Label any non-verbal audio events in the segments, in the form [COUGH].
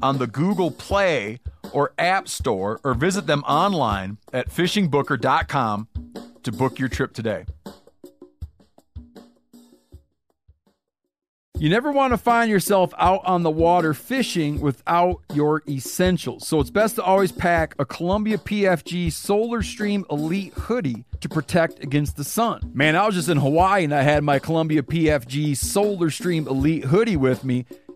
on the Google Play or App Store or visit them online at fishingbooker.com to book your trip today. You never want to find yourself out on the water fishing without your essentials. So it's best to always pack a Columbia PFG Solar Stream Elite hoodie to protect against the sun. Man, I was just in Hawaii and I had my Columbia PFG Solar Stream Elite hoodie with me.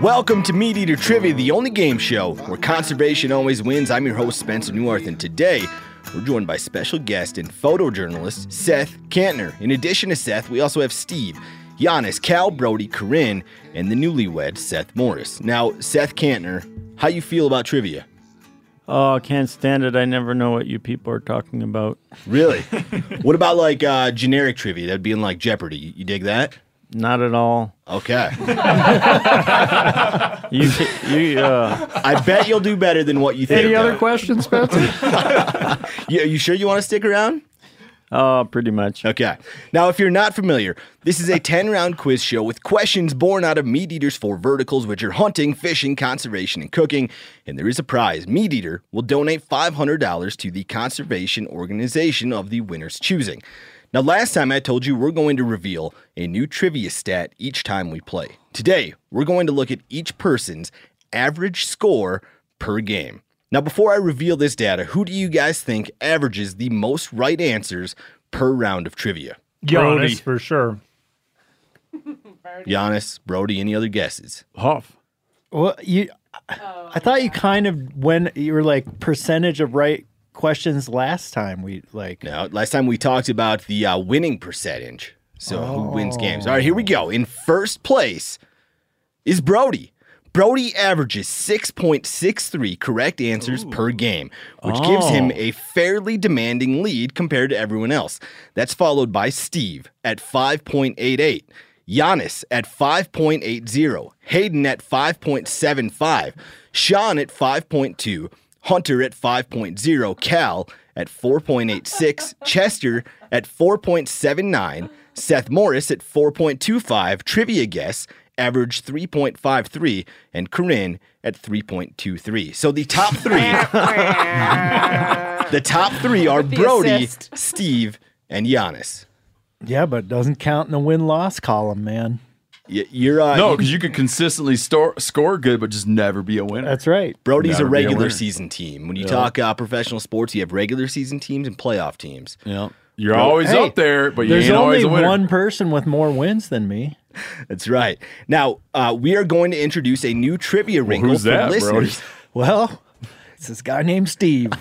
Welcome to Meat Eater Trivia, the only game show where conservation always wins. I'm your host, Spencer Newarth, and today we're joined by special guest and photojournalist Seth Kantner. In addition to Seth, we also have Steve, Giannis, Cal, Brody, Corinne, and the newlywed Seth Morris. Now, Seth Kantner, how you feel about trivia? Oh, I can't stand it. I never know what you people are talking about. [LAUGHS] Really? what about like uh, generic trivia? That'd be in like Jeopardy. You, you dig that? Not at all. Okay. You, ca- you, uh, I bet you'll do better than what you think. [LAUGHS] Any other though. questions, [LAUGHS] Spencer? You, you sure you want to stick around? oh, pretty much. Okay. Now, if you're not familiar, this is a 10 round quiz show with questions born out of meat eaters for verticals, which are hunting, fishing, conservation, and cooking. And there is a prize. Meat Eater will donate $500 to the conservation organization of the winner's choosing. Now, last time I told you we're going to reveal a new trivia stat each time we play. Today, we're going to look at each person's average score per game. Now, before I reveal this data, who do you guys think averages the most right answers per round of trivia? Giannis, for sure. Giannis, Brody, any other guesses? Huff. Well, you, I thought you kind of when you were like percentage of right questions last time. We like Now, last time we talked about the uh, winning percentage. So, who wins games? All right, here we go. In first place is Brody. Brody averages 6.63 correct answers per game, which gives him a fairly demanding lead compared to everyone else. That's followed by Steve at 5.88, Giannis at 5.80, Hayden at 5.75, Sean at 5.2, Hunter at 5.0, Cal at 4.86, Chester at 4.79, Seth Morris at 4.25, Trivia Guess averaged 3.53, and Corinne at 3.23. So the top three, the top three are Brody, assist. Steve, and Giannis. yeah, but it doesn't count in the win loss column, man. Y- You're uh, No, because you could consistently store, score good, but just never be a winner. That's right. Brody's a That'd be a regular winner. season team. When you talk uh, professional sports, you have regular season teams and playoff teams. yeah. You're always Hey, up there, but you There's ain't always only a winner. one person with more wins than me. That's right. Now uh, we are going to introduce a new trivia wrinkle who's for that, Brody? listeners. Well, [LAUGHS] it's this guy named Steve.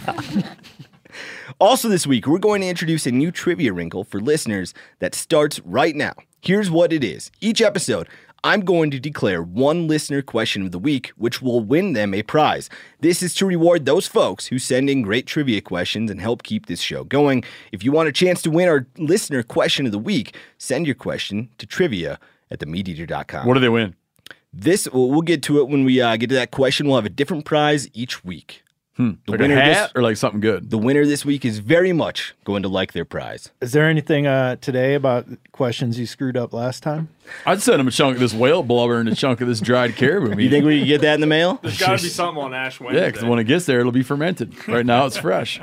Also, this week, we're going to introduce a new trivia wrinkle for listeners that starts right now. Here's what it is each episode, I'm going to declare one listener question of the week, which will win them a prize. This is to reward those folks who send in great trivia questions and help keep this show going. If you want a chance to win our listener question of the week, send your question to trivia at themeateater.com. What do they win? This we'll, we'll get to it when we uh, get to that question. We'll have a different prize each week. The Hmm. Like a winner hat this or like something good. the winner this week is very much going to like their prize. Is there anything uh, today about questions you screwed up last time? I'd send him a chunk of this whale blubber and a chunk of this dried caribou meat. You think we can get that in the mail? There's got to be something on Ash Wednesday. yeah, because when it gets there, it'll be fermented. Right now, it's fresh.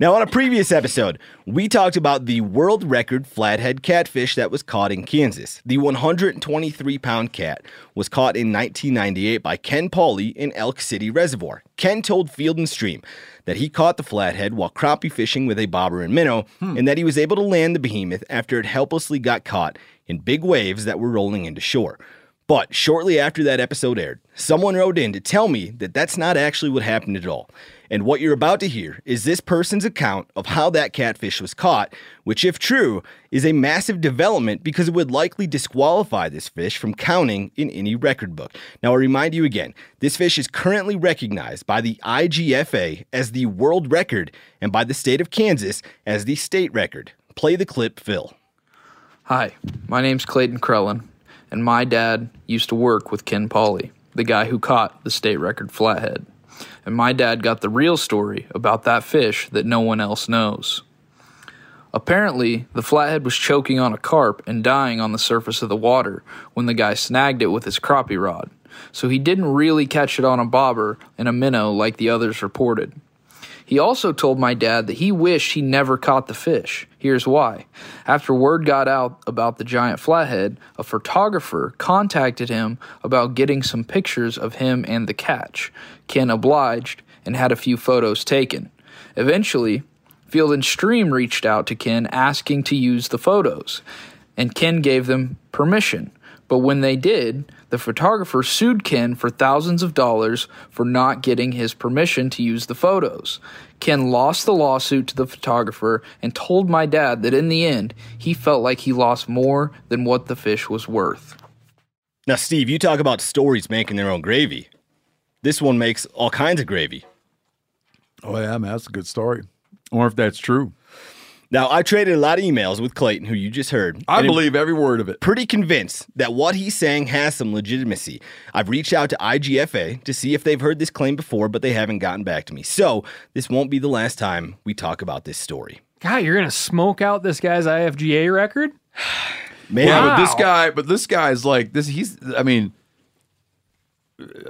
Now, on a previous episode, we talked about the world record flathead catfish that was caught in Kansas. The 123 pound cat was caught in 1998 by Ken Pauley in Elk City Reservoir. Ken told Field and Stream that he caught the flathead while crappie fishing with a bobber and minnow, and that he was able to land the behemoth after it helplessly got caught in big waves that were rolling into shore. But shortly after that episode aired, someone wrote in to tell me that that's not actually what happened at all. And what you're about to hear is this person's account of how that catfish was caught, which, if true, is a massive development because it would likely disqualify this fish from counting in any record book. Now, I remind you again this fish is currently recognized by the IGFA as the world record and by the state of Kansas as the state record. Play the clip, Phil. Hi, my name's Clayton Krellin, and my dad used to work with Ken Pauley, the guy who caught the state record flathead. And my dad got the real story about that fish that no one else knows. Apparently, the flathead was choking on a carp and dying on the surface of the water when the guy snagged it with his crappie rod, so he didn't really catch it on a bobber and a minnow like the others reported. He also told my dad that he wished he never caught the fish. Here's why. After word got out about the giant flathead, a photographer contacted him about getting some pictures of him and the catch. Ken obliged and had a few photos taken. Eventually, Field and Stream reached out to Ken asking to use the photos, and Ken gave them permission. But when they did, the photographer sued Ken for thousands of dollars for not getting his permission to use the photos. Ken lost the lawsuit to the photographer and told my dad that in the end, he felt like he lost more than what the fish was worth. Now, Steve, you talk about stories making their own gravy. This one makes all kinds of gravy. Oh yeah, man, that's a good story. I wonder if that's true. Now, I traded a lot of emails with Clayton, who you just heard. I and I'm believe every word of it. Pretty convinced that what he's saying has some legitimacy. I've reached out to IGFA to see if they've heard this claim before, but they haven't gotten back to me. So, this won't be the last time we talk about this story. God, you're gonna smoke out this guy's IFGA record. Man, Yeah, Wow. but this guy, but this guy's like this. He's, I mean,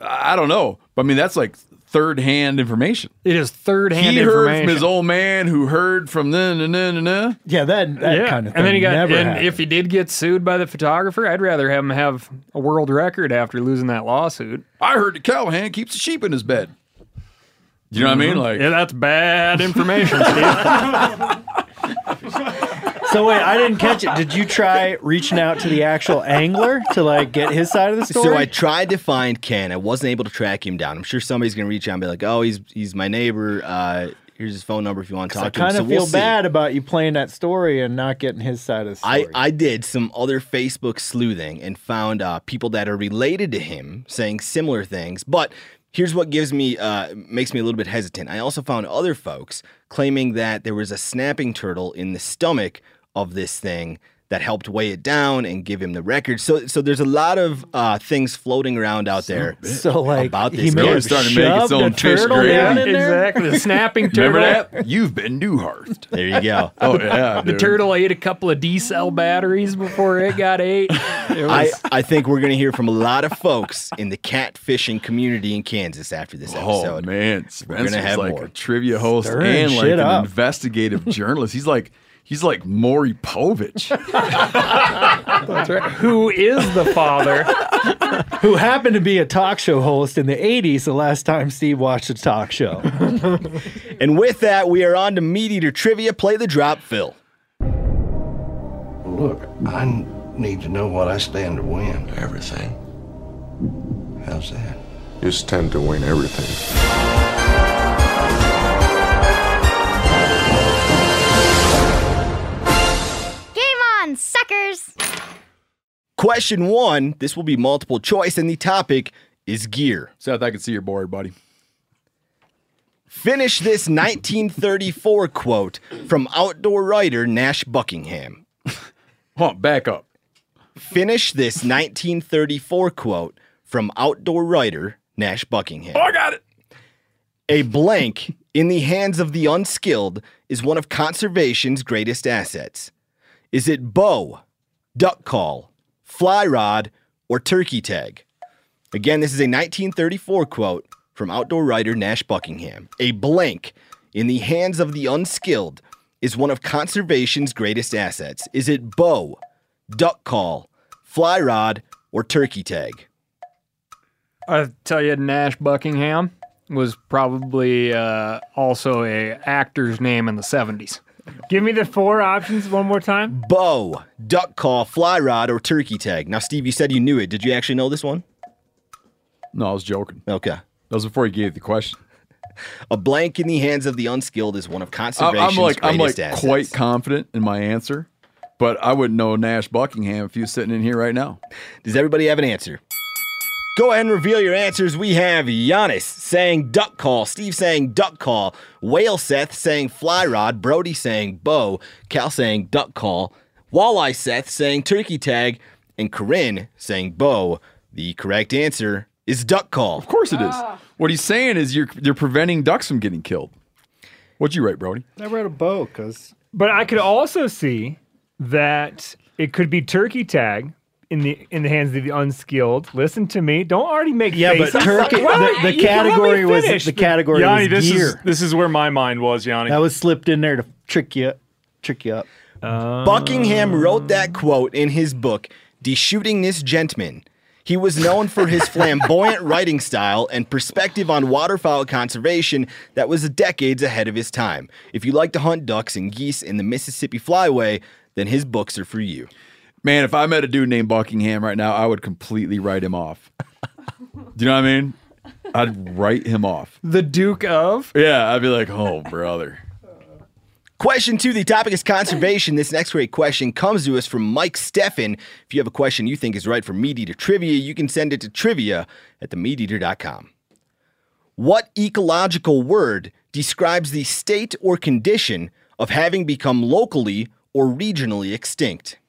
I I don't know, but I mean that's like third hand information. It is third hand he heard information. from his old man who heard from then and then and then. Yeah, that, that yeah, kind of thing. and then he got. never and happened. if he did get sued by the photographer, I'd rather have him have a world record after losing that lawsuit. I heard that Callahan keeps the sheep in his bed. You know what I mean? Like, Yeah, that's [LAUGHS] bad information. Steve. so wait, I didn't catch it. Did you try reaching out to the actual angler to like get his side of the story? So I tried to find Ken. I wasn't able to track him down. I'm sure somebody's gonna reach out and be like, "Oh, he's he's my neighbor. Uh, here's his phone number if you want to I talk to him." kind So of we'll feel see. bad about you playing that story and not getting his side of the story. I, I did some other Facebook sleuthing and found uh, people that are related to him saying similar things. But here's what gives me uh, makes me a little bit hesitant. I also found other folks claiming that there was a snapping turtle in the stomach of this thing that helped weigh it down and give him the record. So so there's a lot of uh, things floating around out there. so like about he this may guy. have It's starting to make its shoved a own fish turtle gravy. down in there. exactly. The [LAUGHS] snapping turtle. remember that? You've been [LAUGHS] Newharthed. There you go. [LAUGHS] Oh yeah, The dude. turtle ate a couple of D cell batteries before it got [LAUGHS] ate. It was, I, I think we're going to hear from a lot of folks in the catfishing community in Kansas after this Oh episode. man, gonna Spencer's have like more. a trivia host Stirring and like shit an [LAUGHS] up. investigative journalist. He's like he's like Maury Povich. that's right. Who is the father? who happened to be a talk show host in the 80s the last time Steve watched a [LAUGHS] talk show. And with that, we are on to Meat Eater Trivia. Play the drop, Phil. Look, I n- need to know what I stand to win. everything. How's that? You stand to win everything. Game on, suckers! Question one this will be multiple choice, and the topic is gear. Seth, I can see you're bored, buddy. Finish this 1934 quote from outdoor writer Nash Buckingham. Huh, back up. Finish this 1934 quote from outdoor writer Nash Buckingham. Oh, I got it. A blank in the hands of the unskilled is one of conservation's greatest assets. Is it bow, duck call, fly rod, or turkey tag? Again, this is a 1934 quote from outdoor writer Nash Buckingham. A blank in the hands of the unskilled is one of conservation's greatest assets. Is it bow, duck call, fly rod, or turkey tag? I tell you, Nash Buckingham was probably uh, also a actor's name in the 70s. Give me the four options one more time. Bow, duck call, fly rod, or turkey tag. Now, Steve, you said you knew it. Did you actually know this one? No, I was joking. Okay. That was before you gave the question. A blank in the hands of the unskilled is one of I- I'm conservation's like, I'm like greatest assets. quite confident in my answer, but I wouldn't know Nash Buckingham if he was sitting in here right now. Does everybody have an answer? Go ahead and reveal your answers. We have Giannis saying duck call, Steve saying duck call, Whale Seth saying fly rod, Brody saying bow, Cal saying duck call, Walleye Seth saying turkey tag, and Corinne saying bow. The correct answer is duck call. Of course it is. What he's saying is you're you're preventing ducks from getting killed. What'd you write, Brody? I read a bow because But I could also see that it could be turkey tag in the in the hands of the unskilled. Listen to me. Don't already make yeah, but faces. turkey. Well, the, you can let the me category was finish. the category Yanni, was this gear. is this is where my mind was, Yanni. that was slipped in there to trick you, trick you up. Buckingham wrote that quote in his book, De Shooting This Gentman. He was known for his flamboyant writing style and perspective on waterfowl conservation that was decades ahead of his time. If you like to hunt ducks and geese in the Mississippi Flyway, then his books are for you. Man, if I met a dude named Buckingham right now, I would completely write him off. Do you know what I mean? I'd write him off. The Duke of? Yeah, I'd be like, oh, brother. Question two, the topic is conservation. This next great question comes to us from Mike Steffen. If you have a question you think is right for Meat Eater Trivia, you can send it to trivia at themeateater.com. What ecological word describes the state or condition of having become locally or regionally extinct?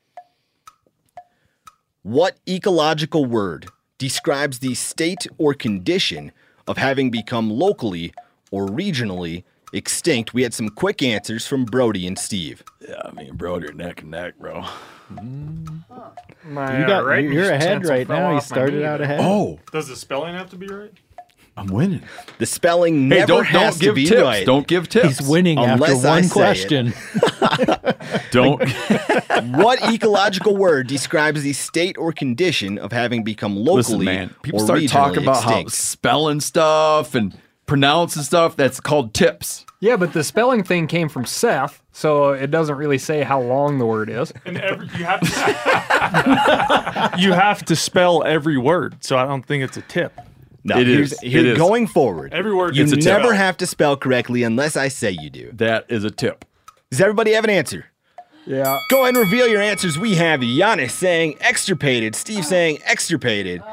What ecological word describes the state or condition of having become locally or regionally extinct? We had some quick answers from Brody and Steve. Yeah, I mean, Brody, you're neck and neck, bro. My, You uh, got- right you're ahead utensil right fell now. You off my started knee out there. ahead. Oh, Does the spelling have to be right? I'm winning. The spelling Hey, never don't, has don't to give be tips. right. Don't give tips. He's winning Unless after I one say it. question. Don't. [LAUGHS] what ecological word describes the state or condition of having become locally Listen, man, people or start talking regionally about how extinct? spelling stuff and pronouncing stuff. That's called tips. Yeah, but the spelling thing came from Seth, so it doesn't really say how long the word is. And every, you have to you have to spell every word, so I don't think it's a tip. No, It here's- is. It here- is. Going forward, Every word you gets a tip. never have to spell correctly unless I say you do. That is a tip. Does everybody have an answer? Yeah. Go ahead and reveal your answers. We have Giannis saying extirpated, Steve saying extirpated,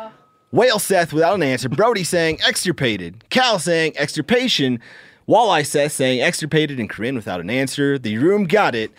Whale Seth without an answer, Brody saying extirpated, Cal saying extirpation, Walleye Seth saying extirpated, and Corinne without an answer. The room got it.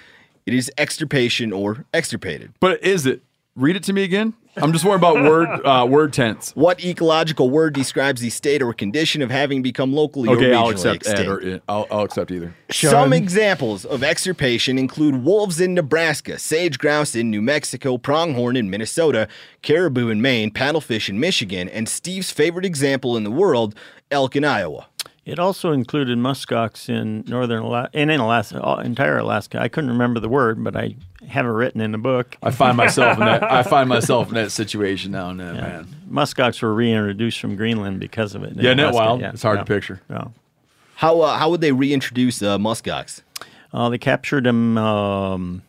It is extirpation or extirpated. But is it? Read it to me again. I'm just worried about word uh, word tense. What ecological word describes the state or condition of having become locally or Okay, regionally I'll accept extinct? Ed or it. I'll, I'll accept either. Some examples of extirpation include wolves in Nebraska, sage grouse in New Mexico, pronghorn in Minnesota, caribou in Maine, paddlefish in Michigan, and Steve's favorite example in the world, elk in Iowa. It also included muskox in northern Alaska, and in Alaska, all, entire Alaska. I couldn't remember the word, but I have it written in the book. I find myself in that. I find myself in that situation now and then, man. Muskox were reintroduced from Greenland because of it. in Yeah, isn't that Alaska. wild? It's hard yeah, to picture. Yeah. How uh, how would they reintroduce uh, muskox? Uh, they captured him. Um,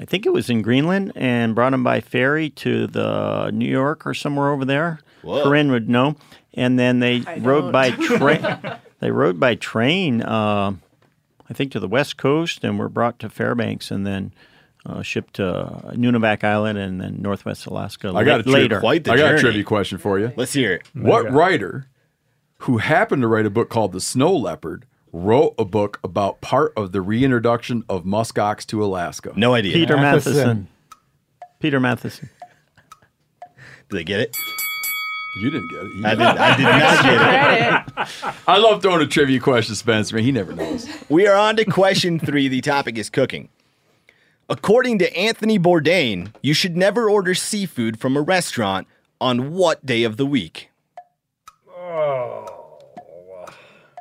I think it was in Greenland, and brought him by ferry to the New York or somewhere over there. Whoa. Corinne would know. And then they rode by train. they rode by train. Uh, I think to the West Coast, and were brought to Fairbanks, and then. Uh, shipped to Nunavak Island and then Northwest Alaska I got a la- tri- later. Quite the I got journey. a trivia question for you. Let's hear it. What writer who happened to write a book called The Snow Leopard wrote a book about part of the reintroduction of muskox to Alaska? No idea. Peter Matheson. Matheson. Peter Matheson. Do they get it? You didn't get it. I did- I did not get it. [LAUGHS] I love throwing a trivia question to Spencer. He never knows. We are on to question three. The topic is cooking. According to Anthony Bourdain, you should never order seafood from a restaurant on what day of the week?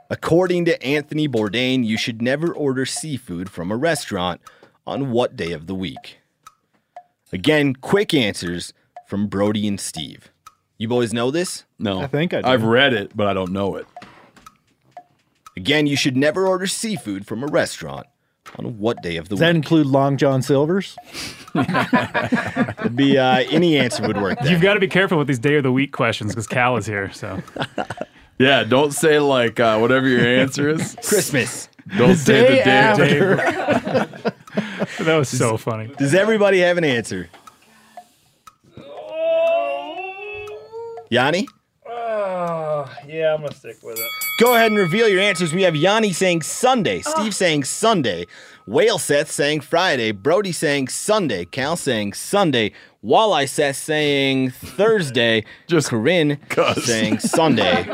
According to Anthony Bourdain, you should never order seafood from a restaurant on what day of the week? Again, quick answers from Brody and Steve. You boys know this? No. I think I do. I've read it, but I don't know it. Again, you should never order seafood from a restaurant on what day of the Does week? that include Long John Silver's? Would be uh, any answer would work. You've got to be careful with these day of the week questions because Cal is here. So Yeah, don't say like uh, whatever your answer is. [LAUGHS] Christmas. Don't The say day the day. after. that was so funny. Does everybody have an answer? Yanni, yeah, I'm gonna stick with it. go ahead and reveal your answers. We have Yanni saying Sunday, Steve saying Sunday, Whale Seth saying Friday, Brody saying Sunday, Cal saying Sunday, Walleye Seth [LAUGHS] saying Thursday, just Corinne saying Sunday.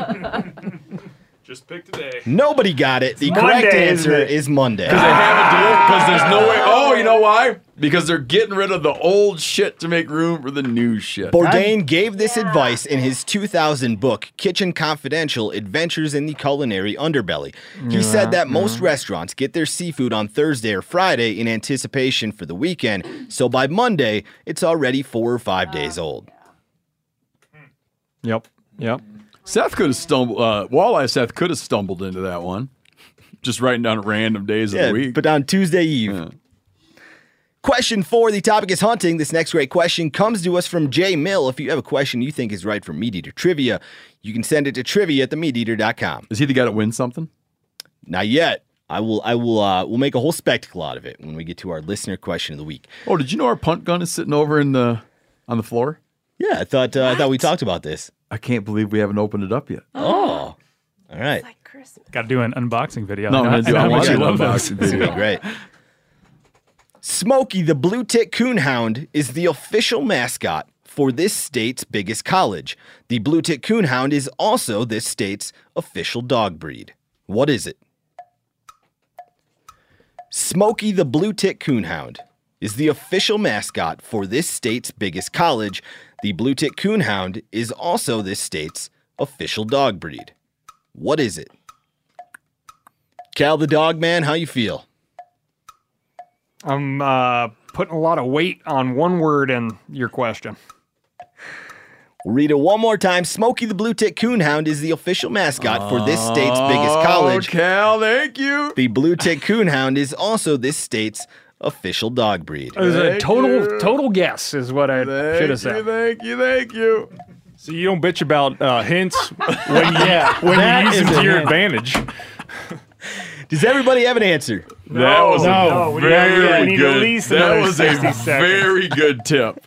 Just pick today. Nobody got it. The It's correct Monday, isn't answer it? is Monday. Because there's no way. Oh, you know why? Because they're getting rid of the old shit to make room for the new shit. Bourdain gave this advice in his 2000 book, Kitchen Confidential Adventures in the Culinary Underbelly. He Yeah, said that most restaurants get their seafood on Thursday or Friday in anticipation for the weekend, so by Monday, it's already four or five days old. Yep. Yep. Seth could have stumbled. Uh, Walleye Seth could have stumbled into that one. Just writing down random days of Yeah, the week. but on Tuesday Eve. Question four, the topic is hunting. This next great question comes to us from Jay Mill. If you have a question you think is right for Meat Eater Trivia, you can send it to trivia at themeateater.com. Is he the guy that wins something? Not yet. I will I will uh we'll make a whole spectacle out of it when we get to our listener question of the week. Oh, did you know our punt gun is sitting over in the on the floor? Yeah, I thought uh, I thought we talked about this. I can't believe we haven't opened it up yet. Oh. All right. got to do an unboxing video. I No, know- I'm gonna do- I know I how want much you that love unboxing those. video. This would be great. Smokey the Blue Tick Coonhound is the official mascot for this state's biggest college. The Blue Tick Coonhound is also this state's official dog breed. What is it? Smokey the Blue Tick Coonhound is the official mascot for this state's biggest college. The Blue Tick Coonhound is also this state's official dog breed. What is it? Cal the dog man, how you feel? I'm uh, putting a lot of weight on one word in your question. We'll read it one more time. Smokey the Blue Tick Coonhound is the official mascot for this state's biggest college. Cal, thank you. The Blue Tick Coonhound is also this state's official dog breed. It was a total total guess is what I should have said. Thank you, thank you. So you don't bitch about uh, hints when you, when that you use them is a to your hint. advantage. Does everybody have an answer? That Oh, was no, we Very need- we need good. at least that another was a 60 seconds. [LAUGHS] very good tip.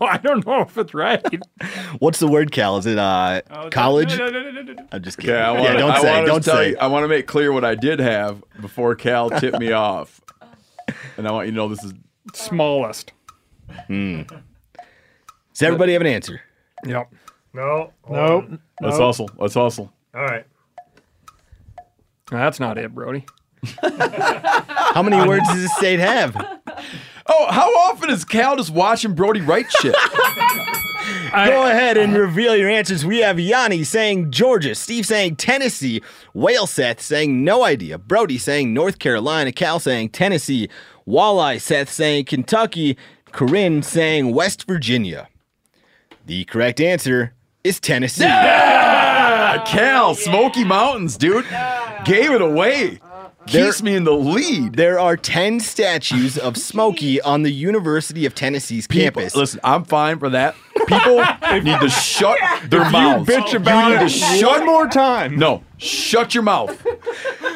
I don't know if it's right. What's the word, Cal? Is it uh, Oh, college? I'm just kidding. Okay, I want yeah, don't I say. wanna Don't tell say. You, I want to make clear what I did have before Cal [LAUGHS] tipped me off, and I want you to know this is Smallest. Hmm. Does everybody have an answer? Yep. No. Nope. Nope. Let's hustle. Let's hustle. All right. That's not it, Brody. How many words does this state have? Oh, how often is Cal just watching Brody write shit? Go ahead and reveal your answers. We have Yanni saying Georgia, Steve saying Tennessee, Whale Seth saying no idea, Brody saying North Carolina, Cal saying Tennessee, Walleye Seth saying Kentucky, Corinne saying West Virginia. The correct answer is Tennessee. Ah, Cal, Smoky Mountains, dude, gave it away. Keeps me in the lead. There are 10 statues of Smokey on the University of Tennessee's People, campus. listen, I'm fine for that. People need to shut their If you mouths. bitch about you need it to shut one more time. No, shut your mouth.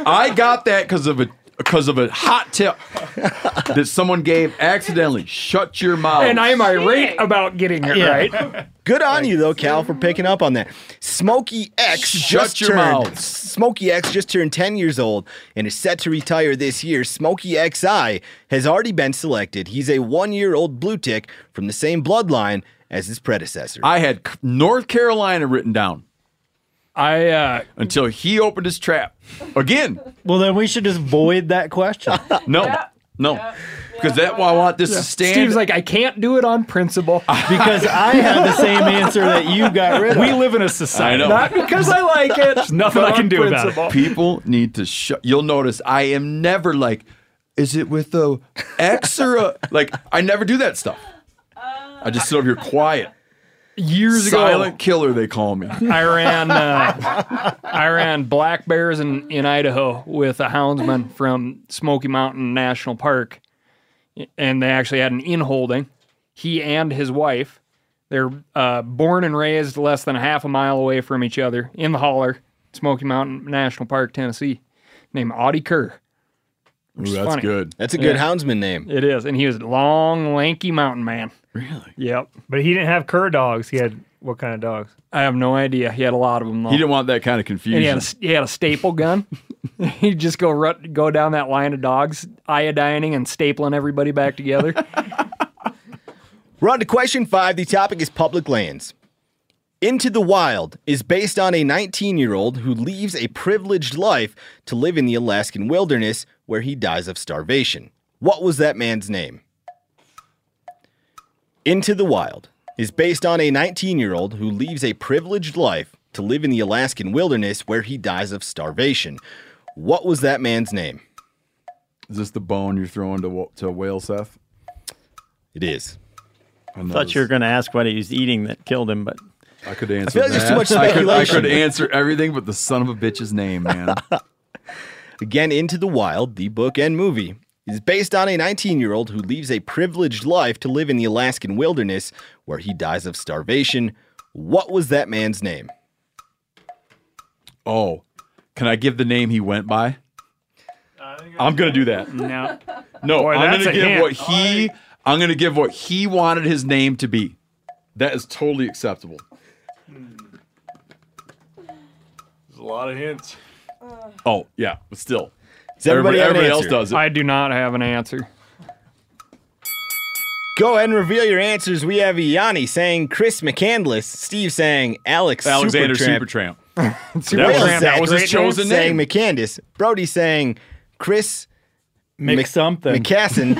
I got that because of a because of a [LAUGHS] hot tip that someone gave accidentally. Shut your mouth. And I'm irate about getting it Yeah. right. Good on you though, Cal, for picking up on that. Smokey X Shut just your turned mouth. Smokey X just turned 10 years old and is set to retire this year. Smokey XI has already been selected. He's a one-year-old blue tick from the same bloodline as his predecessor. I had C- North Carolina written down. I uh, until he opened his trap again. Well, then we should just void that question. no, no, because that why I want this to stand. Steve's like, I can't do it on principle because I had the same answer that you got rid of. We live in a society. I know. Not because I like it. There's nothing but I can on do about it. principle. [LAUGHS] People need to shut. You'll notice I am never like, is it with a X or a [LAUGHS] like? I never do that stuff. I just sit over here quiet. [LAUGHS] Years ago, Silent killer, they [LAUGHS] call me. I ran uh, I ran black bears in, in Idaho with a houndsman from Smoky Mountain National Park, and they actually had an in holding. He and his wife, they're uh, born and raised less than a half a mile away from each other in the holler, Smoky Mountain National Park, Tennessee, named Audie Kerr. Ooh, is that's funny. good. That's a good Yeah. houndsman name. It is, and he was a long, lanky mountain man. Really? Yep. But he didn't have cur dogs. He had what kind of dogs? I have no idea. He had a lot of them. Though. He didn't want that kind of And he had confusion. a, he had a [LAUGHS] staple gun. He'd just go rut, go down that line of dogs, iodining and stapling everybody [LAUGHS] back together. We're on to question five. The topic is public lands. Into the Wild is based on a 19 year old who leaves a privileged life to live in the Alaskan wilderness where he dies of starvation. What was that man's name? Into the Wild is based on a 19 year old who leaves a privileged life to live in the Alaskan wilderness where he dies of starvation. What was that man's name? Is this the bone you're throwing to wa- to whale, Seth? It is. I know Thought you were this- going to ask what he was eating that killed him, but I could answer. feel like there's that. too much I could- I could speculation. answer everything, but the son of a bitch's [LAUGHS] name, man. Again, Into the Wild, the book and movie, is based on a 19 year old who leaves a privileged life to live in the Alaskan wilderness where he dies of starvation. What was that man's name? Oh, can I give the name he went by? I'm gonna do that. No. No, Boy, I'm that's gonna a give hint. what he. I'm gonna give what he wanted his name to be. That is totally acceptable. There's a lot of hints. Oh yeah, but still, Does everybody, have an everybody else answer? does it. I do not have an answer. Go ahead and reveal your answers. We have Yanni saying Chris McCandless, Steve saying Alex Alexander Supertramp, Supertramp. Super That was- Tramp. that was his chosen saying name. McCandless, Brody saying Chris Mix something. McCassin,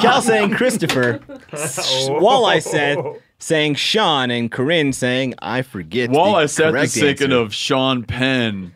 Cal saying Christopher, S- Oh. Walleye said saying Sean, and Corinne saying I forget. the While I sat correct this thinking answer. of Sean Penn,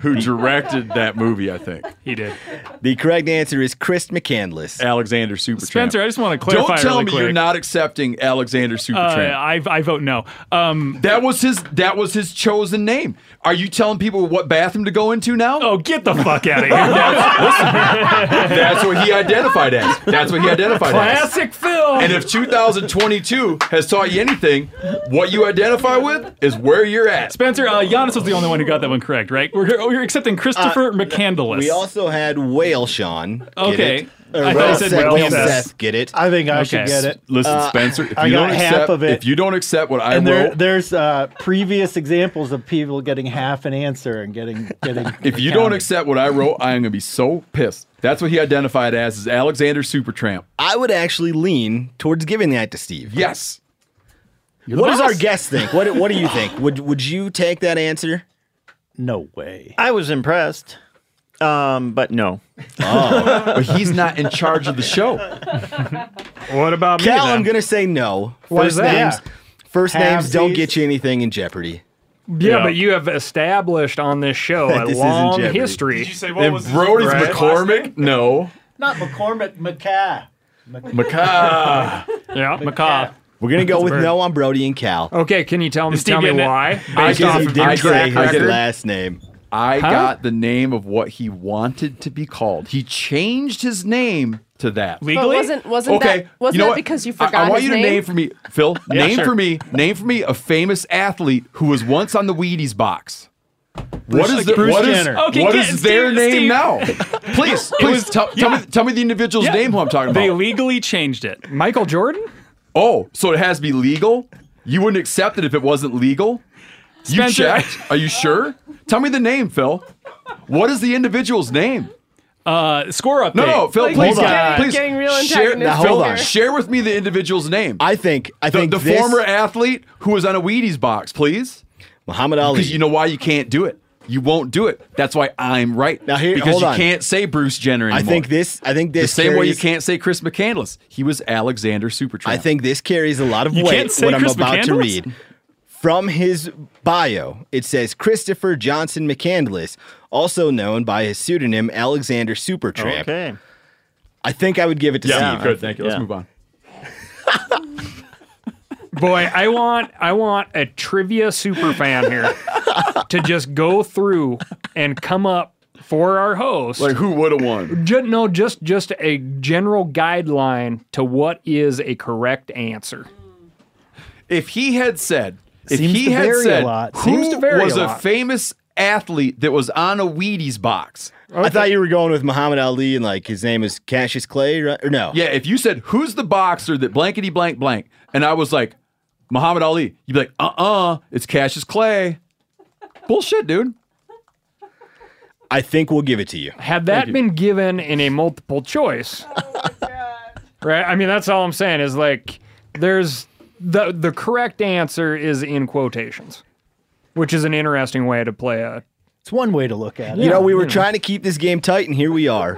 who directed that movie, I [LAUGHS] think He did. the correct answer is Chris McCandless. Alexander Supertramp. Spencer, I just want to clarify Don't tell really me quick. you're not accepting Alexander Uh, Supertramp. I, I vote no. Um, That was his. That was his chosen name. Are you telling people what bathroom to go into now? oh, get the fuck [LAUGHS] out of here. That's That's what he identified as. That's what he identified as. Classic film. And if 2022 has taught you anything, what you identify with is where you're at. Spencer, uh, Giannis was the only one who got that one correct, right? We're, oh, you're accepting Uh, Christopher McCandless. We also had Whale Sean. Get Okay. it? I Or thought you Whale said Seth, Whale Whale Seth. Seth, Get it? I think I should Okay. get it. Listen, Spencer. If I you got don't half accept, of it. if you don't accept what I And there, wrote, there's uh, previous examples of people getting half an answer and getting [LAUGHS] getting. if you don't accounted. accept what I wrote, I am gonna be so pissed. That's what he identified as is Alexander Supertramp. I would actually lean towards giving that to Steve. Yes. What does our guest think? What What do you think? Would Would you take that answer? no way. I was impressed. Um, but no, But he's not in charge of the [LAUGHS] show. what about Cal, I'm gonna say no. Why is First that? names, first names Halfsies. don't get you anything in jeopardy. Yeah, but you have established on [LAUGHS] this show That a this is in long jeopardy. history. say And Brody's McCormick? No. Not McCormick, McCay. Macaw. Yeah, macaw. We're gonna go with no on Brody and Cal. Okay, can you tell me Is Steve tell me getting it? why? I Based get off it. of Oh, I your Didn't get it. say I track his get it. record. last name. I Huh? got the name of what he wanted to be called. He changed his name to that. But Legally? wasn't wasn't okay. that wasn't you know that what? because you I- forgot I, want his you to name? name for me, Phil. [LAUGHS] Yeah, name sure. for me. Name for me a famous athlete who was once on the Wheaties box. What is the, Bruce what is, Jenner. Okay, what yeah, is their Steve- name Steve. [LAUGHS] now? Please, please tell, tell me tell me the individual's Yeah. name who I'm talking They about. legally changed it. Michael Jordan? oh, so it has to be legal. You wouldn't accept it if it wasn't legal. You Spencer- checked? Are you sure? Tell me the name, Phil. What is the individual's name? Uh, score update. No, no, Phil, Like, please, getting- Hold on. please getting real share, antagonistic Phil, here. share with me the individual's name. I think I the, think the this- former athlete who was on a Wheaties box, please. Muhammad Ali. Because you know why you can't do it. You won't do it. That's why I'm right. Now here- because hold you on. can't say Bruce Jenner anymore. I think this. I think this. the same way you carries- can't say Chris McCandless. He was Alexander Supertramp. I think this carries a lot of You weight. can't say what Chris I'm about to McCandless? read from his bio, it says Christopher Johnson McCandless, also known by his pseudonym Alexander Supertramp. Okay. I think I would give it to Yeah, Steve. good, thank you. Let's Yeah. move on. Boy, I want I want a trivia superfan here to just go through and come up for our host. Like who would have won? Ju- no, just just a general guideline to what is a correct answer. If he had said, if Seems he to had vary a said, lot. who Seems to vary was a a, lot. famous athlete that was on a Wheaties box? I thought you were going with Muhammad Ali and like his name is Cassius Clay, right? Or no? Yeah, if you said, who's the boxer that blankety blank blank, and I was like, Muhammad Ali, you'd be like, uh uh it's Cassius Clay. Bullshit, dude. I think we'll give it to you. Had Thank that you. been given in a multiple choice, right? I mean, that's all I'm saying is like, there's the the correct answer is in quotations, which is an interesting way to play a. It's one way to look at You know, we were trying to keep this game tight, and here we are.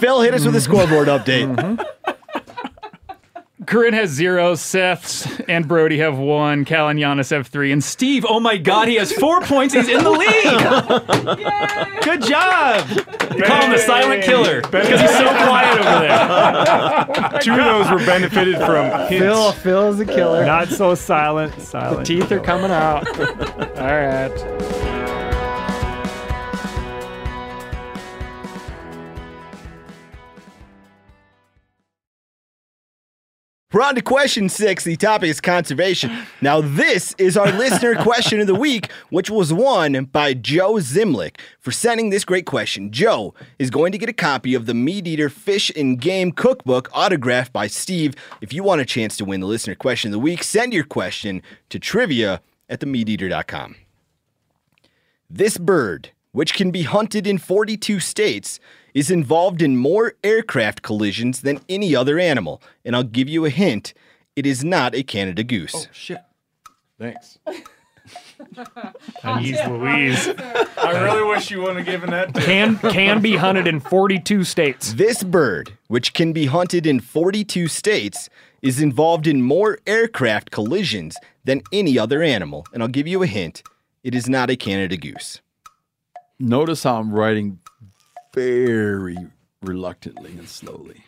Phil hit us with a scoreboard update. Corinne has zero. Seths and Brody have one. Cal and Giannis have three. And Steve, oh my God, he has four points. He's in the [LAUGHS] lead. Good job. Call him the silent killer because he's so quiet over there. [LAUGHS] Two of those were benefited from hints. Phil- Phil is a killer. Not so silent. Silent. Teeth are [LAUGHS] coming out. all right. We're on to question six. The topic is conservation. Now, this is our listener question of the week, which was won by Joe Zimlick for sending this great question. Joe is going to get a copy of the Meat Eater Fish and Game Cookbook autographed by Steve. If you want a chance to win the listener question of the week, send your question to trivia at themeateater.com. This bird, which can be hunted in 42 states, is involved in more aircraft collisions than any other animal. And I'll give you a hint it is not a Canada goose. shit. Thanks. Jeez Louise. I really wish you wouldn't have given that to Can can be hunted in 42 states. This bird, which can be hunted in 42 states, is involved in more aircraft collisions than any other animal. And I'll give you a hint it is not a Canada goose. Notice how I'm writing very reluctantly and slowly.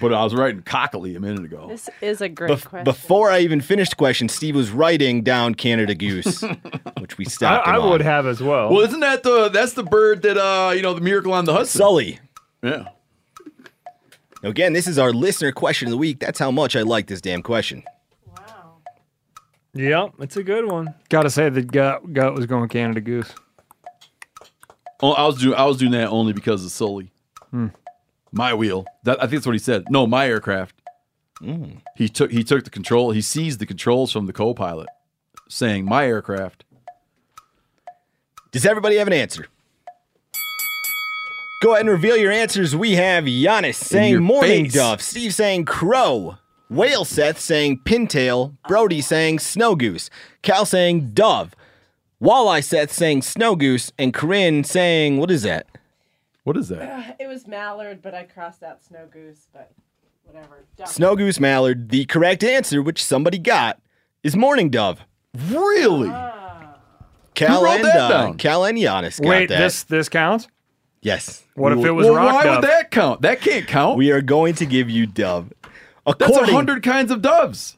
But I was writing cockily a minute ago. This is a great Bef- question. before I even finished the question, Steve was writing down Canada goose, which we stopped. I- him I would on. have as Well, isn't that the that's the bird that uh you know the miracle on the Hudson? Sully. Yeah. Again, this is our listener question of the week. That's how much I like this damn question. Yep, it's a good one. Gotta say the gut gut was going Canada Goose. Oh, I was doing I was doing that only because of Sully. Hmm. My wheel. That I think that's what he said. No, my aircraft. Hmm. He took he took the control. He seized the controls from the co-pilot, saying, "My aircraft." Does everybody have an answer? Go ahead and reveal your answers. We have Giannis saying your morning face. dove, Steve saying crow, Whale Seth saying pintail, Brody saying snow goose, Cal saying dove, Walleye Seth saying snow goose, and Corinne saying what is that? What is that? it was mallard, but I crossed out snow goose, but whatever. Duck. Snow goose mallard. The correct answer, which somebody got, is morning dove. Really? Cal Who wrote and that uh, down? Cal and Giannis got Wait, that. this this counts? Yes. What if it was Well, rock why dove? would that count? That can't count. We are going to give you dove. That's a According, hundred kinds of doves.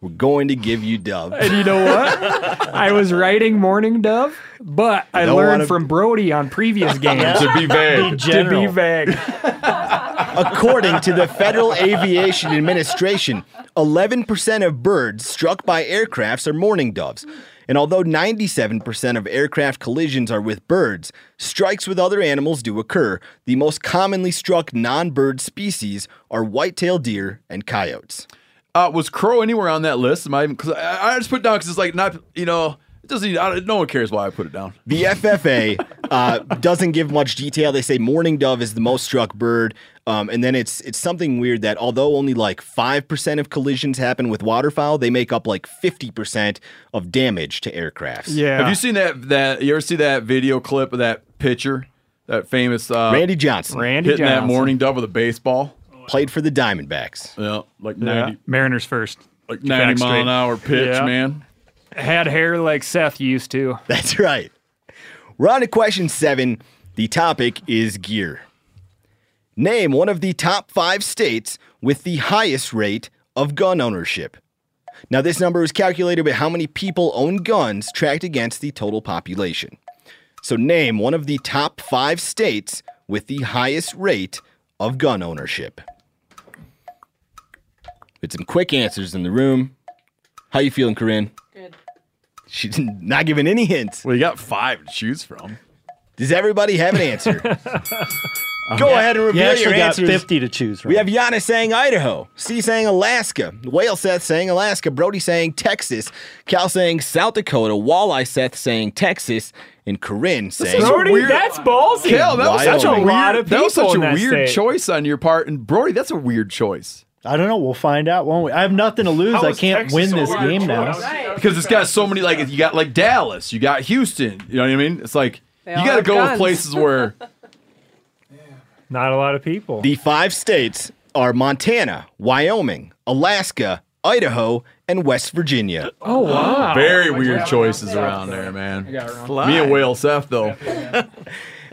we're going to give you dove. And you know what? I was writing Morning Dove, but I Don't learned wanna- from Brody on [LAUGHS] previous games To be [LAUGHS] vague. Be to be general. vague. According to the Federal Aviation Administration, 11% of birds struck by aircrafts are mourning doves. And although 97% of aircraft collisions are with birds, strikes with other animals do occur. The most commonly struck non bird species are white-tailed deer and coyotes. Uh, was crow anywhere on that list? Am I? Because I, I just put it down because it's like not you know it doesn't. I, don't- no one cares why I put it down. The FFA Uh, doesn't give much detail. They say mourning dove is the most struck bird, um, and then it's it's something weird that although only like five percent of collisions happen with waterfowl, they make up like fifty percent of damage to aircrafts. Have you seen that? That you ever see that video clip of that pitcher, that famous uh, Randy Johnson. Randy hitting that Johnson. morning dove with a baseball? Played for the Diamondbacks. Yeah, like Yeah. ninety, Mariners first. like ninety mile an hour pitch, Yeah. man. Had hair like Seth used to. That's right. We're on to question seven. The topic is gear. Name one of the top five states with the highest rate of gun ownership. Now, this number is calculated by how many people own guns tracked against the total population. So, name one of the top five states with the highest rate of gun ownership. With some quick answers in the room. How you feeling, Corinne? She's [LAUGHS] not giving any hints. Well, you got five to choose from. Does everybody have an answer? Go ahead and You reveal your actually got answers. 50 to choose from. We have Yana saying Idaho, C saying Alaska, Whale Seth saying Alaska, Brody saying Texas, Cal saying South Dakota, Walleye Seth saying Texas, and Corinne saying Brody, that's ballsy. Kel, that was such a Wyoming. weird, lot of that was people such in a that weird state. choice on your part, and Brody, that's a weird choice I don't know. We'll find out, won't we? I have nothing to lose. I can't win this game now. because it's got so many. Like you got like Dallas, you got Houston. You know what I mean? It's like They you all got to have go with guns. [LAUGHS] places where Not a lot of people. The five states are Montana, Wyoming, Alaska, Idaho, and West Virginia. Oh wow. very weird choices around there, man. Me and Whale Seth though.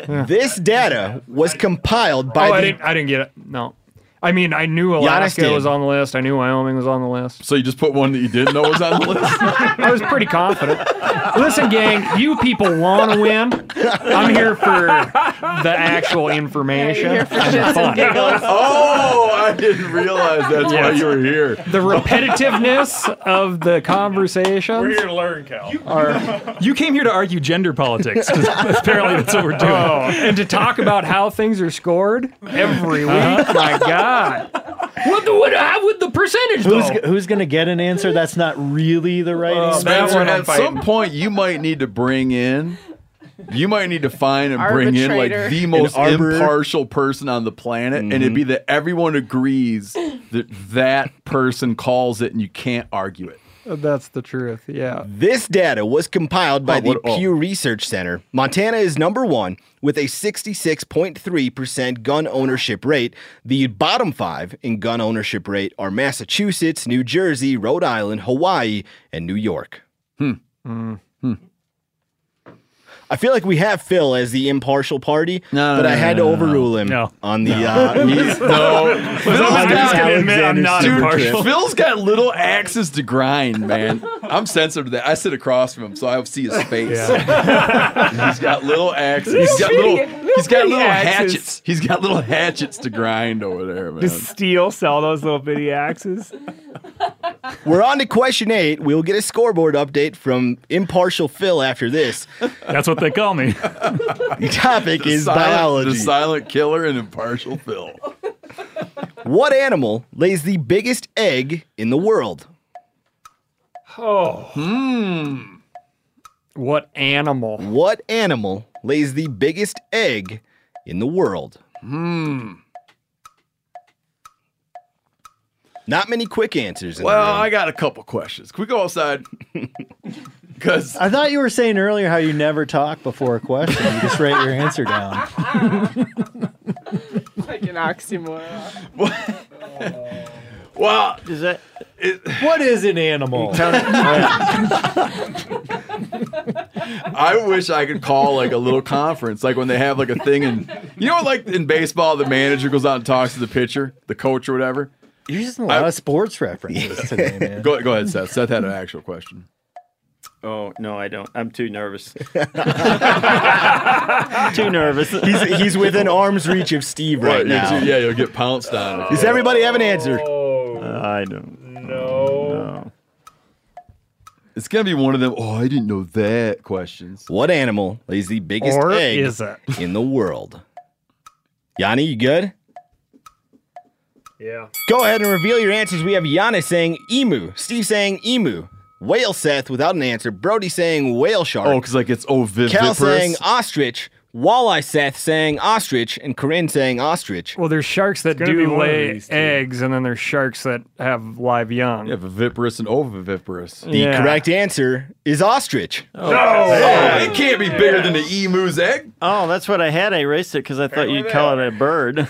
this data was compiled by Uh, Oh, I the didn't. I didn't get it. No. I mean, I knew Alaska did. was on the list. I knew Wyoming was on the list. So you just put one that you didn't know was on the list. I was pretty confident. Listen, gang, you people want to win. I'm here for the actual information. and the fun. oh, I didn't realize that's why Yes. you were here. The repetitiveness of the conversations. We're here to learn, Cal. Are- you came here to argue gender politics. 'cause apparently, that's what we're doing. Oh, and to talk about how things are scored every week. My God. What the, what, how would the percentage Who's, though? who's going to get an answer that's not really the right answer? Spencer, at some point you might need to bring in. You might need to find and bring in like Arbitrator. the An most arbiter. impartial person on the planet, and it'd be that everyone agrees that that person calls it, and you can't argue it. That's the truth. Yeah. This data was compiled by Oh, what- the Pew Research Center. Montana is number one with a 66.3% gun ownership rate. The bottom five in gun ownership rate are Massachusetts, New Jersey, Rhode Island, Hawaii, and New York. Hmm. I feel like we have Phil as the impartial party, No, but no, I no, had no, to overrule him on the. [LAUGHS] Uh, He's- no. Phil's Oh, I'm just got- gonna admit I'm not Dude, impartial. Phil's got little axes to grind, man. I'm sensitive to that. I sit across from him, so I see his face. [LAUGHS] he's got little axes. He's got Little little. bitty- little he's got bitty little axes. hatchets. He's got little hatchets to grind over there, man. Just steal, sell those little bitty axes. We're on to question eight. We'll get a scoreboard update from impartial Phil after this. That's what they call [LAUGHS] me. The [LAUGHS] topic is Silent- The biology. silent killer and impartial Phil. What animal lays the biggest egg in the world? Oh. What animal? What animal lays the biggest egg in the world? Hmm. Not many quick answers. In Well, the room. I got a couple questions. Can we go [LAUGHS] outside? Because I thought you were saying earlier how you never talk before a question. You just write your answer down. like an oxymoron. [LAUGHS] well, is that what is an animal? I wish I could call like a little conference, like when they have like a thing and you know, like in baseball, the manager goes out and talks to the pitcher, the coach, or whatever. You're using a lot of sports [LAUGHS] references today, man. Go, go ahead, Seth. Seth had an actual question. Oh no, I don't. I'm [LAUGHS] too nervous. too nervous. he's, he's [LAUGHS] within arm's reach of Steve right, Right, you're now. too- yeah, you'll get pounced on. Does everybody have an answer? Uh, I don't. It's gonna be one of them. Oh, I didn't know that questions. What animal lays the biggest Or egg is it? in the world? Yanni, you good? Yeah. Go ahead and reveal your answers. We have Giannis saying emu, Steve saying emu, whale Seth without an answer, Brody saying whale shark, Oh, because like Oh, it's oviviparous. Cal saying ostrich, Walleye Seth saying ostrich and Corinne saying ostrich. Well, there's sharks that gonna be do one of lay these two. eggs, and then there's sharks that have live young. Yeah, viviparous and oviviparous. The correct answer is ostrich. Hey, it can't be bigger than an emu's egg. Oh, that's what I had. I erased it because I thought you'd call it a bird.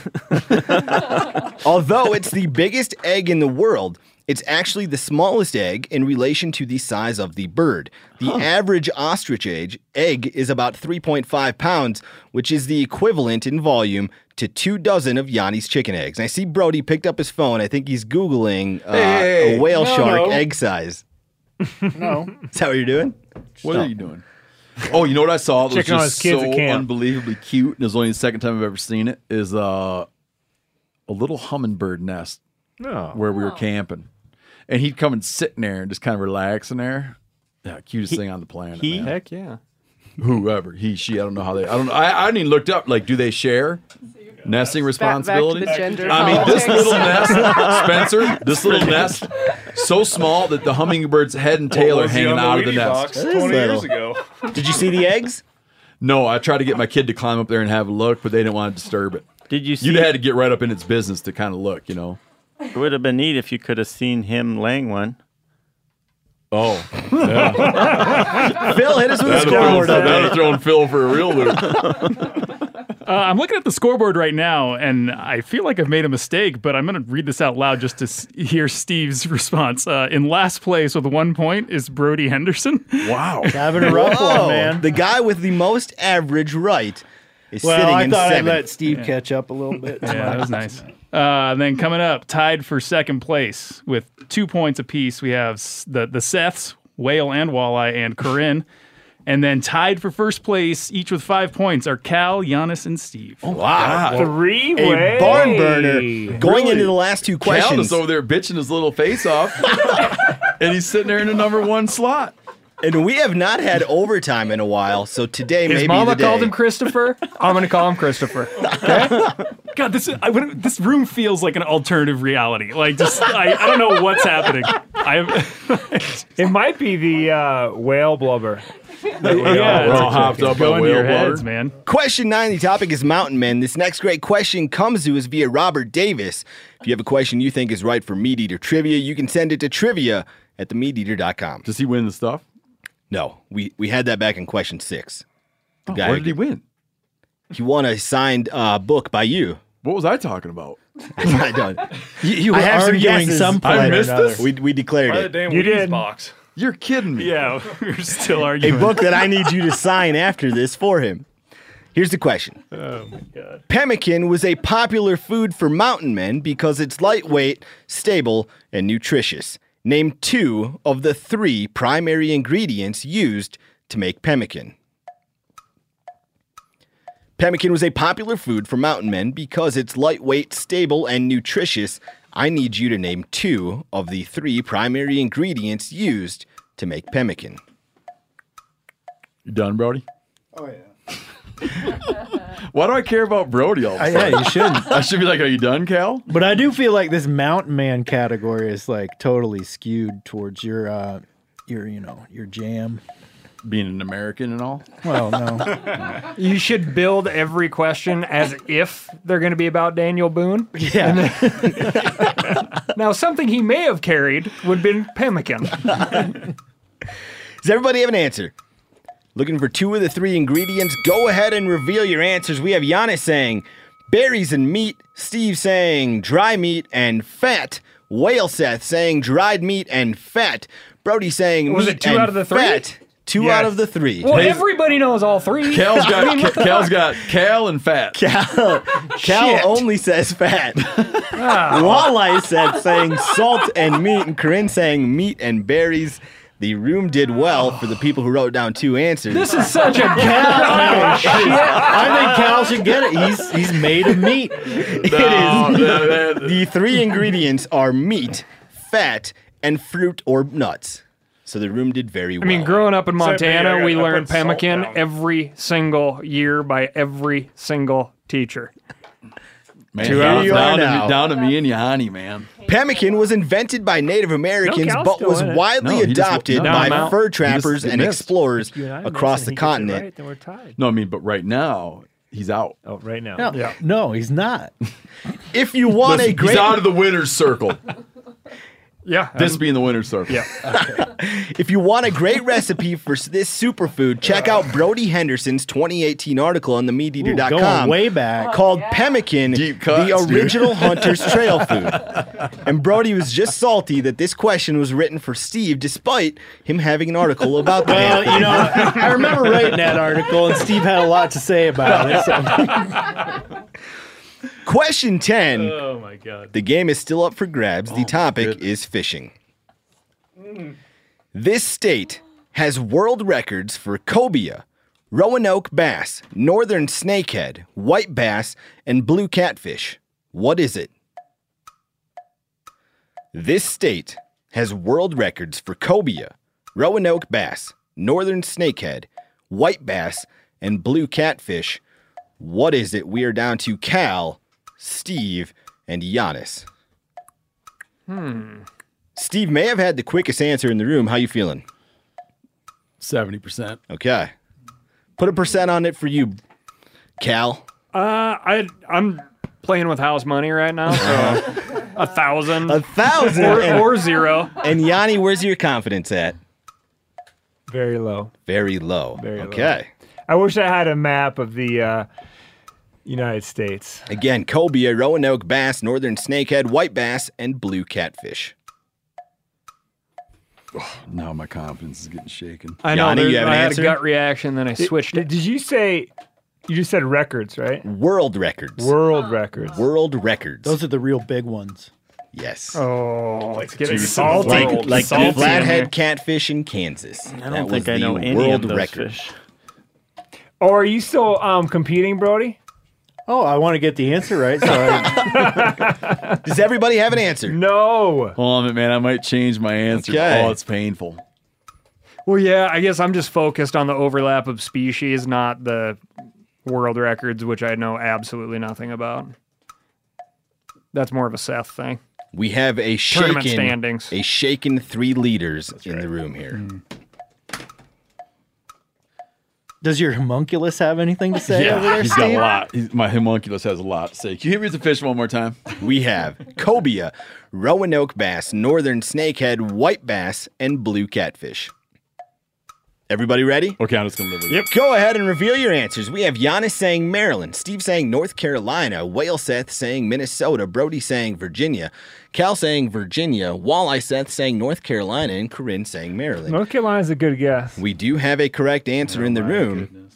Although it's the biggest egg in the world, it's actually the smallest egg in relation to the size of the bird. The average ostrich age, egg is about 3.5 pounds, which is the equivalent in volume to two dozen of Yanni's chicken eggs. And I see Brody picked up his phone. I think he's Googling uh, Hey, hey, hey. a whale No, shark no. egg size. No. [LAUGHS] Is that what you're doing? What are you doing? Oh, you know what I saw? That was Checking on just his kids so at camp. unbelievably cute, and it's only the second time I've ever seen it. Is uh, a little hummingbird nest No. where we were camping, and he'd come and sit in there and just kind of relax in there. Yeah, cutest thing on the planet. he- man. Heck yeah. whoever he she I don't know how they I don't know I I didn't even looked up like do they share nesting responsibilities gender I mean this politics. little nest Spencer this little nest so small that the hummingbird's head and tail What are was he hanging on the out of the Wheatie nest box 20 years ago? Did you see the eggs No I tried to get my kid to climb up there and have a look but they didn't want to disturb it Did you see? You'd had to get right up in its business to kind of look you know It would have been neat if you could have seen him laying one. Oh. Phil, hit us with a That'd have scoreboard thrown- update. that'd have thrown Phil for a real loop Uh, I'm looking at the scoreboard right now, and I feel like I've made a mistake, but I'm going to read this out loud just to s- hear Steve's [LAUGHS] response. Uh, in last place with one point is Brody Henderson. Wow. Having a [LAUGHS] rough Whoa. one, man. The guy with the most average right is Well, sitting I in thought I'd seventh. let Steve catch up a little [LAUGHS] bit. Yeah, that was nice. [LAUGHS] Uh, and then coming up, tied for second place with two points apiece, we have s- the the Seths, Whale and Walleye, and [LAUGHS] Corinne. And then tied for first place, each with five points, are Cal, Giannis, and Steve. Wow. Three Oh, A barn burner. Going into the last two Cal questions. is over there bitching his little face off and he's sitting there in the number one slot. And we have not had overtime in a while, so today may His be mama the day. called him Christopher. I'm gonna call [LAUGHS] him Christopher. God, this is, I wouldn't, this room feels like an alternative reality. Like just I, I don't know what's happening. I it might be the uh, whale blubber. Yeah, it's all hopped it's up going on to your whale blubber. heads, man. Question nine, the topic is mountain men. This next great question comes to us via Robert Davis. If you have a question you think is right for Meat Eater Trivia, you can send it to trivia at themeateater.com. Does he win the stuff? No. We we had that back in question six. The what did he win? He won a signed uh, book by you. What was I talking about? I don't. You, I have some guesses. I missed this. We, we declared it. You did. box. You're kidding me. Yeah, we're still a arguing. book that I need you to sign after this for him. Here's the question. Oh my god. Pemmican was a popular food for mountain men because it's lightweight, stable, and nutritious. Name two of the three primary ingredients used to make pemmican. Pemmican was a popular food for mountain men because it's lightweight, stable, and nutritious. I need you to name two of the three primary ingredients used to make pemmican. You done, Brody? Oh yeah. Why do I care about Brody all the I- time? yeah, you shouldn't. [LAUGHS] I should be like, "Are you done, Cal?" But I do feel like this mountain man category is like totally skewed towards your uh your you know your jam. Being an American and all. Well, [LAUGHS] no. You should build every question as if they're going to be about Daniel Boone. Yeah. [LAUGHS] now, something he may have carried would have been pemmican. Does everybody have an answer? Looking for two of the three ingredients? Go ahead and reveal your answers. We have Giannis saying berries and meat, Steve saying dry meat and fat, Whale Seth saying dried meat and fat, Brody saying Was meat it two and out of the three? fat. Two Yes. out of the three. Well, everybody knows all three. Cal's got I mean, what the Cal's fuck? got Cal and fat. Cal, Shit. Cal only says [LAUGHS] fat. [LAUGHS] Walleye said saying salt and meat, and Corinne saying meat and berries. The room did well for the people who wrote down two answers. This is such a [LAUGHS] Cal. I think Cal should get it. He's he's made of meat. It is. [LAUGHS] the three ingredients are meat, fat, and fruit or nuts. So the room did very I well. mean, growing up in Except me, I Montana, got- we I put learned salt pemmican down. every single year by every single teacher. Man, Two down, hours down, now. To, down to me and Yanni, man. Pemmican was invented by Native Americans, Cal's but still was in it. widely No, he just- adopted no, I'm by out. fur He just- trappers he and missed. explorers You and I across miss the and he gets it continent. Right, then we're tied. No, I mean, but right now he's out. Oh, right now. No, no, he's not. If you want a great- he's out of the winner's circle. yeah, this being the winner's circle. Yeah. If you want a great recipe for s- this superfood, check out Brody Henderson's 2018 article on Ooh, going themeateater.com way back. called Pemmican, cuts, the dude. original hunter's trail [LAUGHS] food. And Brody was just salty that this question was written for Steve, despite him having an article about the Well, damn you know, thing. I remember writing that article, and Steve had a lot to say about it. So. Question 10. Uh, Oh my god. The game is still up for grabs. the topic is fishing. This state has world records for cobia, roanoke bass, northern snakehead, white bass, and blue catfish. What is it? This state has world records for cobia, roanoke bass, northern snakehead, white bass, and blue catfish. What is it? We are down to Cal, Steve, and Giannis. Hmm. Steve may have had the quickest answer in the room. How you feeling? 70%. Okay. Put a percent on it for you, Cal. Uh, I I'm playing with house money right now, so a thousand, a thousand, or, and- or zero. And Yanni, where's your confidence at? Very low. Very low. Very low. okay. I wish I had a map of the uh, United States. Again, cobia, roanoke bass, northern snakehead, white bass, and blue catfish. Now my confidence is getting shaken. I know. Yanni, there- you have an I had answer? a gut reaction, then I Did- switched Did, it. did you say? You just said records, right? World records. World records. World records. [LAUGHS] Those are the real big ones. Yes. Oh, it's getting Dude, salty. Like, like salty. the flathead catfish in Kansas. I don't That think was I know the any of world those record. Oh, are you still um, competing, Brody? Oh, I want to get the answer right. So I... Does everybody have an answer? No. Hold on, a minute, man. I might change my answer. Okay. Oh, it's painful. Well, yeah, I guess I'm just focused on the overlap of species, not the world records, which I know absolutely nothing about. That's more of a Seth thing. We have a shaken, Tournament standings. a shaken three leaders in the room here. Hmm. Does your homunculus have anything to say over there, he's Steve? got a lot. He's, my homunculus has a lot to say. Can you hit me with the fish one more time? We have cobia, roanoke bass, northern snakehead, white bass, and blue catfish. Everybody ready? Okay, I'm just gonna live with Yep. Go ahead and reveal your answers. We have Giannis saying Maryland, Steve saying North Carolina, Whale Seth saying Minnesota, Brody saying Virginia, Cal saying Virginia, Walleye Seth saying North Carolina, and Corinne saying Maryland. North Carolina's a good guess. We do have a correct answer Oh in the room.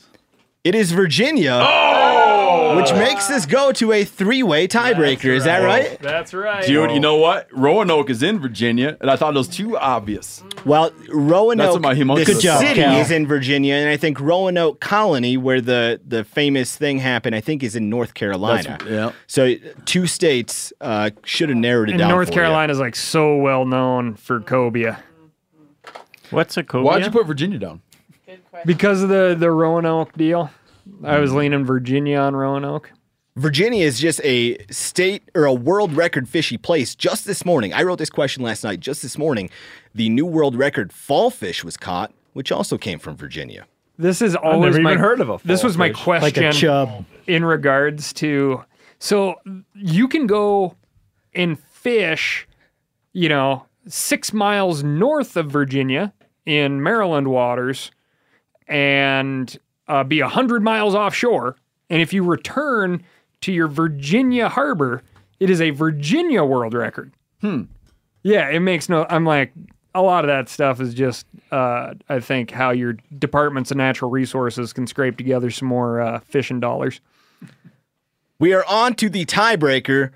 It is Virginia, which makes this go to a three-way tiebreaker. Is that right? That's right. Dude, you know what? Roanoke is in Virginia, and I thought it was too obvious. Well, That's Roanoke, what my the homunculus said. city Cal. is in Virginia, and I think Roanoke Colony, where the the famous thing happened, I think is in North Carolina. That's- yeah. So two states uh, should have narrowed it And down. North for you. Carolina's like so well known for cobia. [LAUGHS] What's a cobia? Why'd you put Virginia down? Because of the the Roanoke deal, I Mm. was leaning Virginia on Roanoke. Virginia is just a state or a world record fishy place. Just this morning, I wrote this question last night. Just this morning, the new world record fall fish was caught, which also came from Virginia. This is never always even my, heard of a This was my fall fish. question Like a chub. in regards to so you can go and fish, you know, six miles north of Virginia in Maryland waters, and uh, be a hundred miles offshore. And if you return to your Virginia harbor, it is a Virginia world record. Hmm. Yeah, it makes no. I'm like a lot of that stuff is just uh, I think how your departments of natural resources can scrape together some more uh, fishing dollars. We are on to the tiebreaker.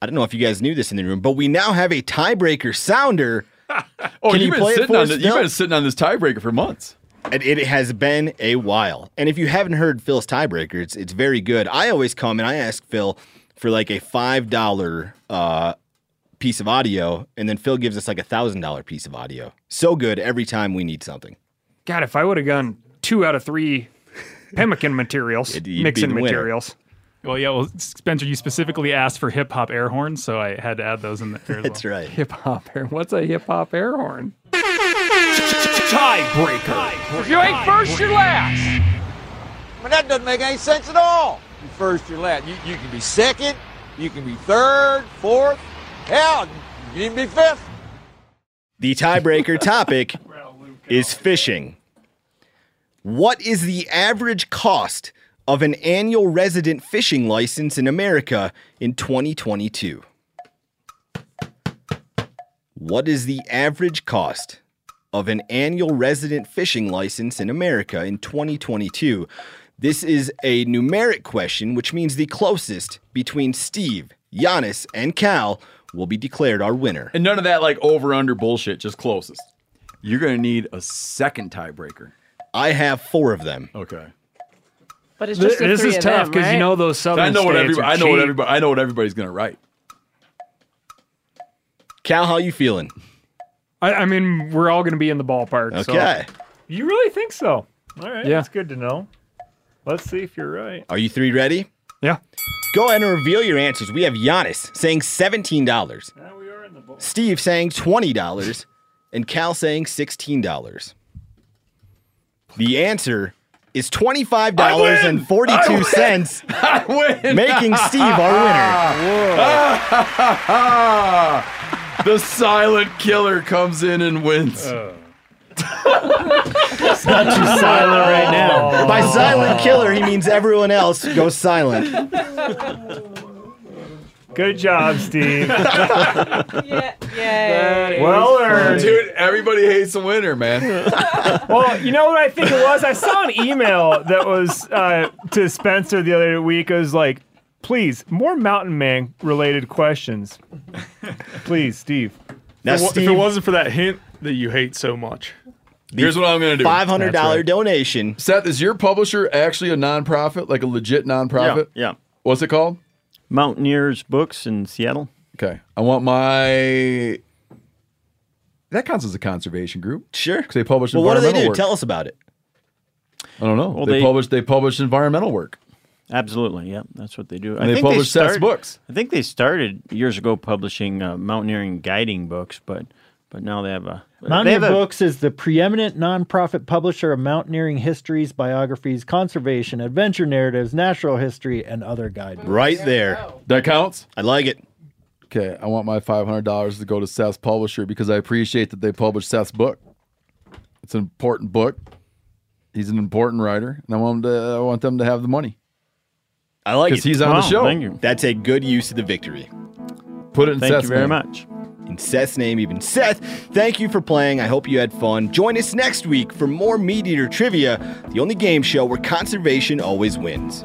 I don't know if you guys knew this in the room, but we now have a tiebreaker sounder. Oh, Can you've you been play it sitting for on us, this, you've Phil? been sitting on this tiebreaker for months. And it has been a while. And if you haven't heard Phil's tiebreaker, it's, it's very good. I always come and I ask Phil for like a $5 uh, piece of audio, and then Phil gives us like a $1,000 piece of audio. So good every time we need something. God, if I would have gone two out of three pemmican materials, you'd be mixing the winner. materials, Well, yeah. Well, Spencer, you specifically asked for hip hop air horns, so I had to add those in there. That's right. Hip hop air. What's a hip hop air horn? Tiebreaker. If you ain't first, you're last. I mean, that doesn't make any sense at all. You're first, you're last. You, you can be second, you can be third, fourth, hell, you can be fifth. The tiebreaker topic is fishing. What is the average cost of an annual resident fishing license in America in 2022? What is the average cost of an annual resident fishing license in America in 2022? This is a numeric question, which means the closest between Steve, Giannis, and Cal will be declared our winner. And none of that like over under bullshit, just closest. You're going to need a second tiebreaker. I have four of them. Okay. But it's Th- just the this three is of tough them, because right? you know those southern I know what states everybody, are I know what cheap. everybody I know what everybody's going to write. [LAUGHS] Cal, how you feeling? I, I mean, we're all going to be in the ballpark. so- Okay. You really think so? All right. Yeah. That's good to know. Let's see if you're right. Are you three ready? Yeah. Go ahead and reveal your answers. We have Giannis saying seventeen dollars. Steve saying twenty dollars, and Cal saying sixteen dollars. The answer is twenty-five dollars and forty-two cents, making Steve our winner. the silent killer comes in and wins. Uh. it's not too silent right now. By silent killer, he means everyone else goes silent. Good [LAUGHS] job, Steve. [LAUGHS] That Well is earned. fun. Dude, everybody hates a winner, [LAUGHS] man. well, you know what I think it was? I saw an email that was uh, to Spencer the other week. It was like, please, more Mountain Man related questions. Please, Steve. Now, If it wa- if it Steve- wasn't for that hint that you hate so much. Here's what I'm going to do. $500 That's right. donation. Seth, is your publisher actually a nonprofit, like a legit nonprofit? Yeah. What's it called? Mountaineers Books in Seattle. Okay. I want my. That counts as a conservation group. Sure. Because they publish Well, what do they environmental do? work. Tell us about it. I don't know. Well, they, they- publish they publish environmental work. Absolutely, yeah, that's what they do. And they publish Seth's books. I think they started years ago publishing uh, mountaineering guiding books, but but now they have a they Mountaineer have a- Books is the preeminent nonprofit publisher of mountaineering histories, biographies, conservation, adventure narratives, natural history, and other guide books. Right there. That counts? I like it. Okay. I want my $500 to go to Seth's publisher because I appreciate that they publish Seth's book. It's an important book. He's an important writer, and I want him to, I want them to have the money. I like it. 'Cause he's on the Wow, show. thank you. That's a good use of the victory. Put it in Thank you Seth's very name. much. In Seth's name, even Seth, thank you for playing. I hope you had fun. Join us next week for more Meat Eater Trivia, the only game show where conservation always wins.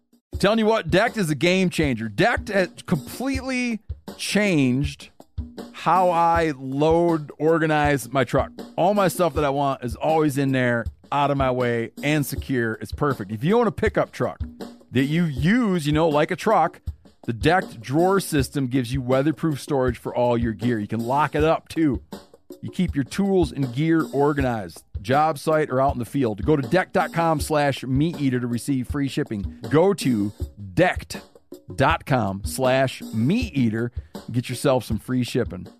Telling you what, Decked is a game changer. Decked has completely changed how I load, organize my truck. All my stuff that I want is always in there, out of my way, and secure. It's perfect. If you own a pickup truck that you use, you know, like a truck, the Decked drawer system gives you weatherproof storage for all your gear. You can lock it up too. You keep your tools and gear organized, job site or out in the field. Go to deck.com slash meat eater to receive free shipping. Go to decked.com slash meat eater. Get yourself some free shipping.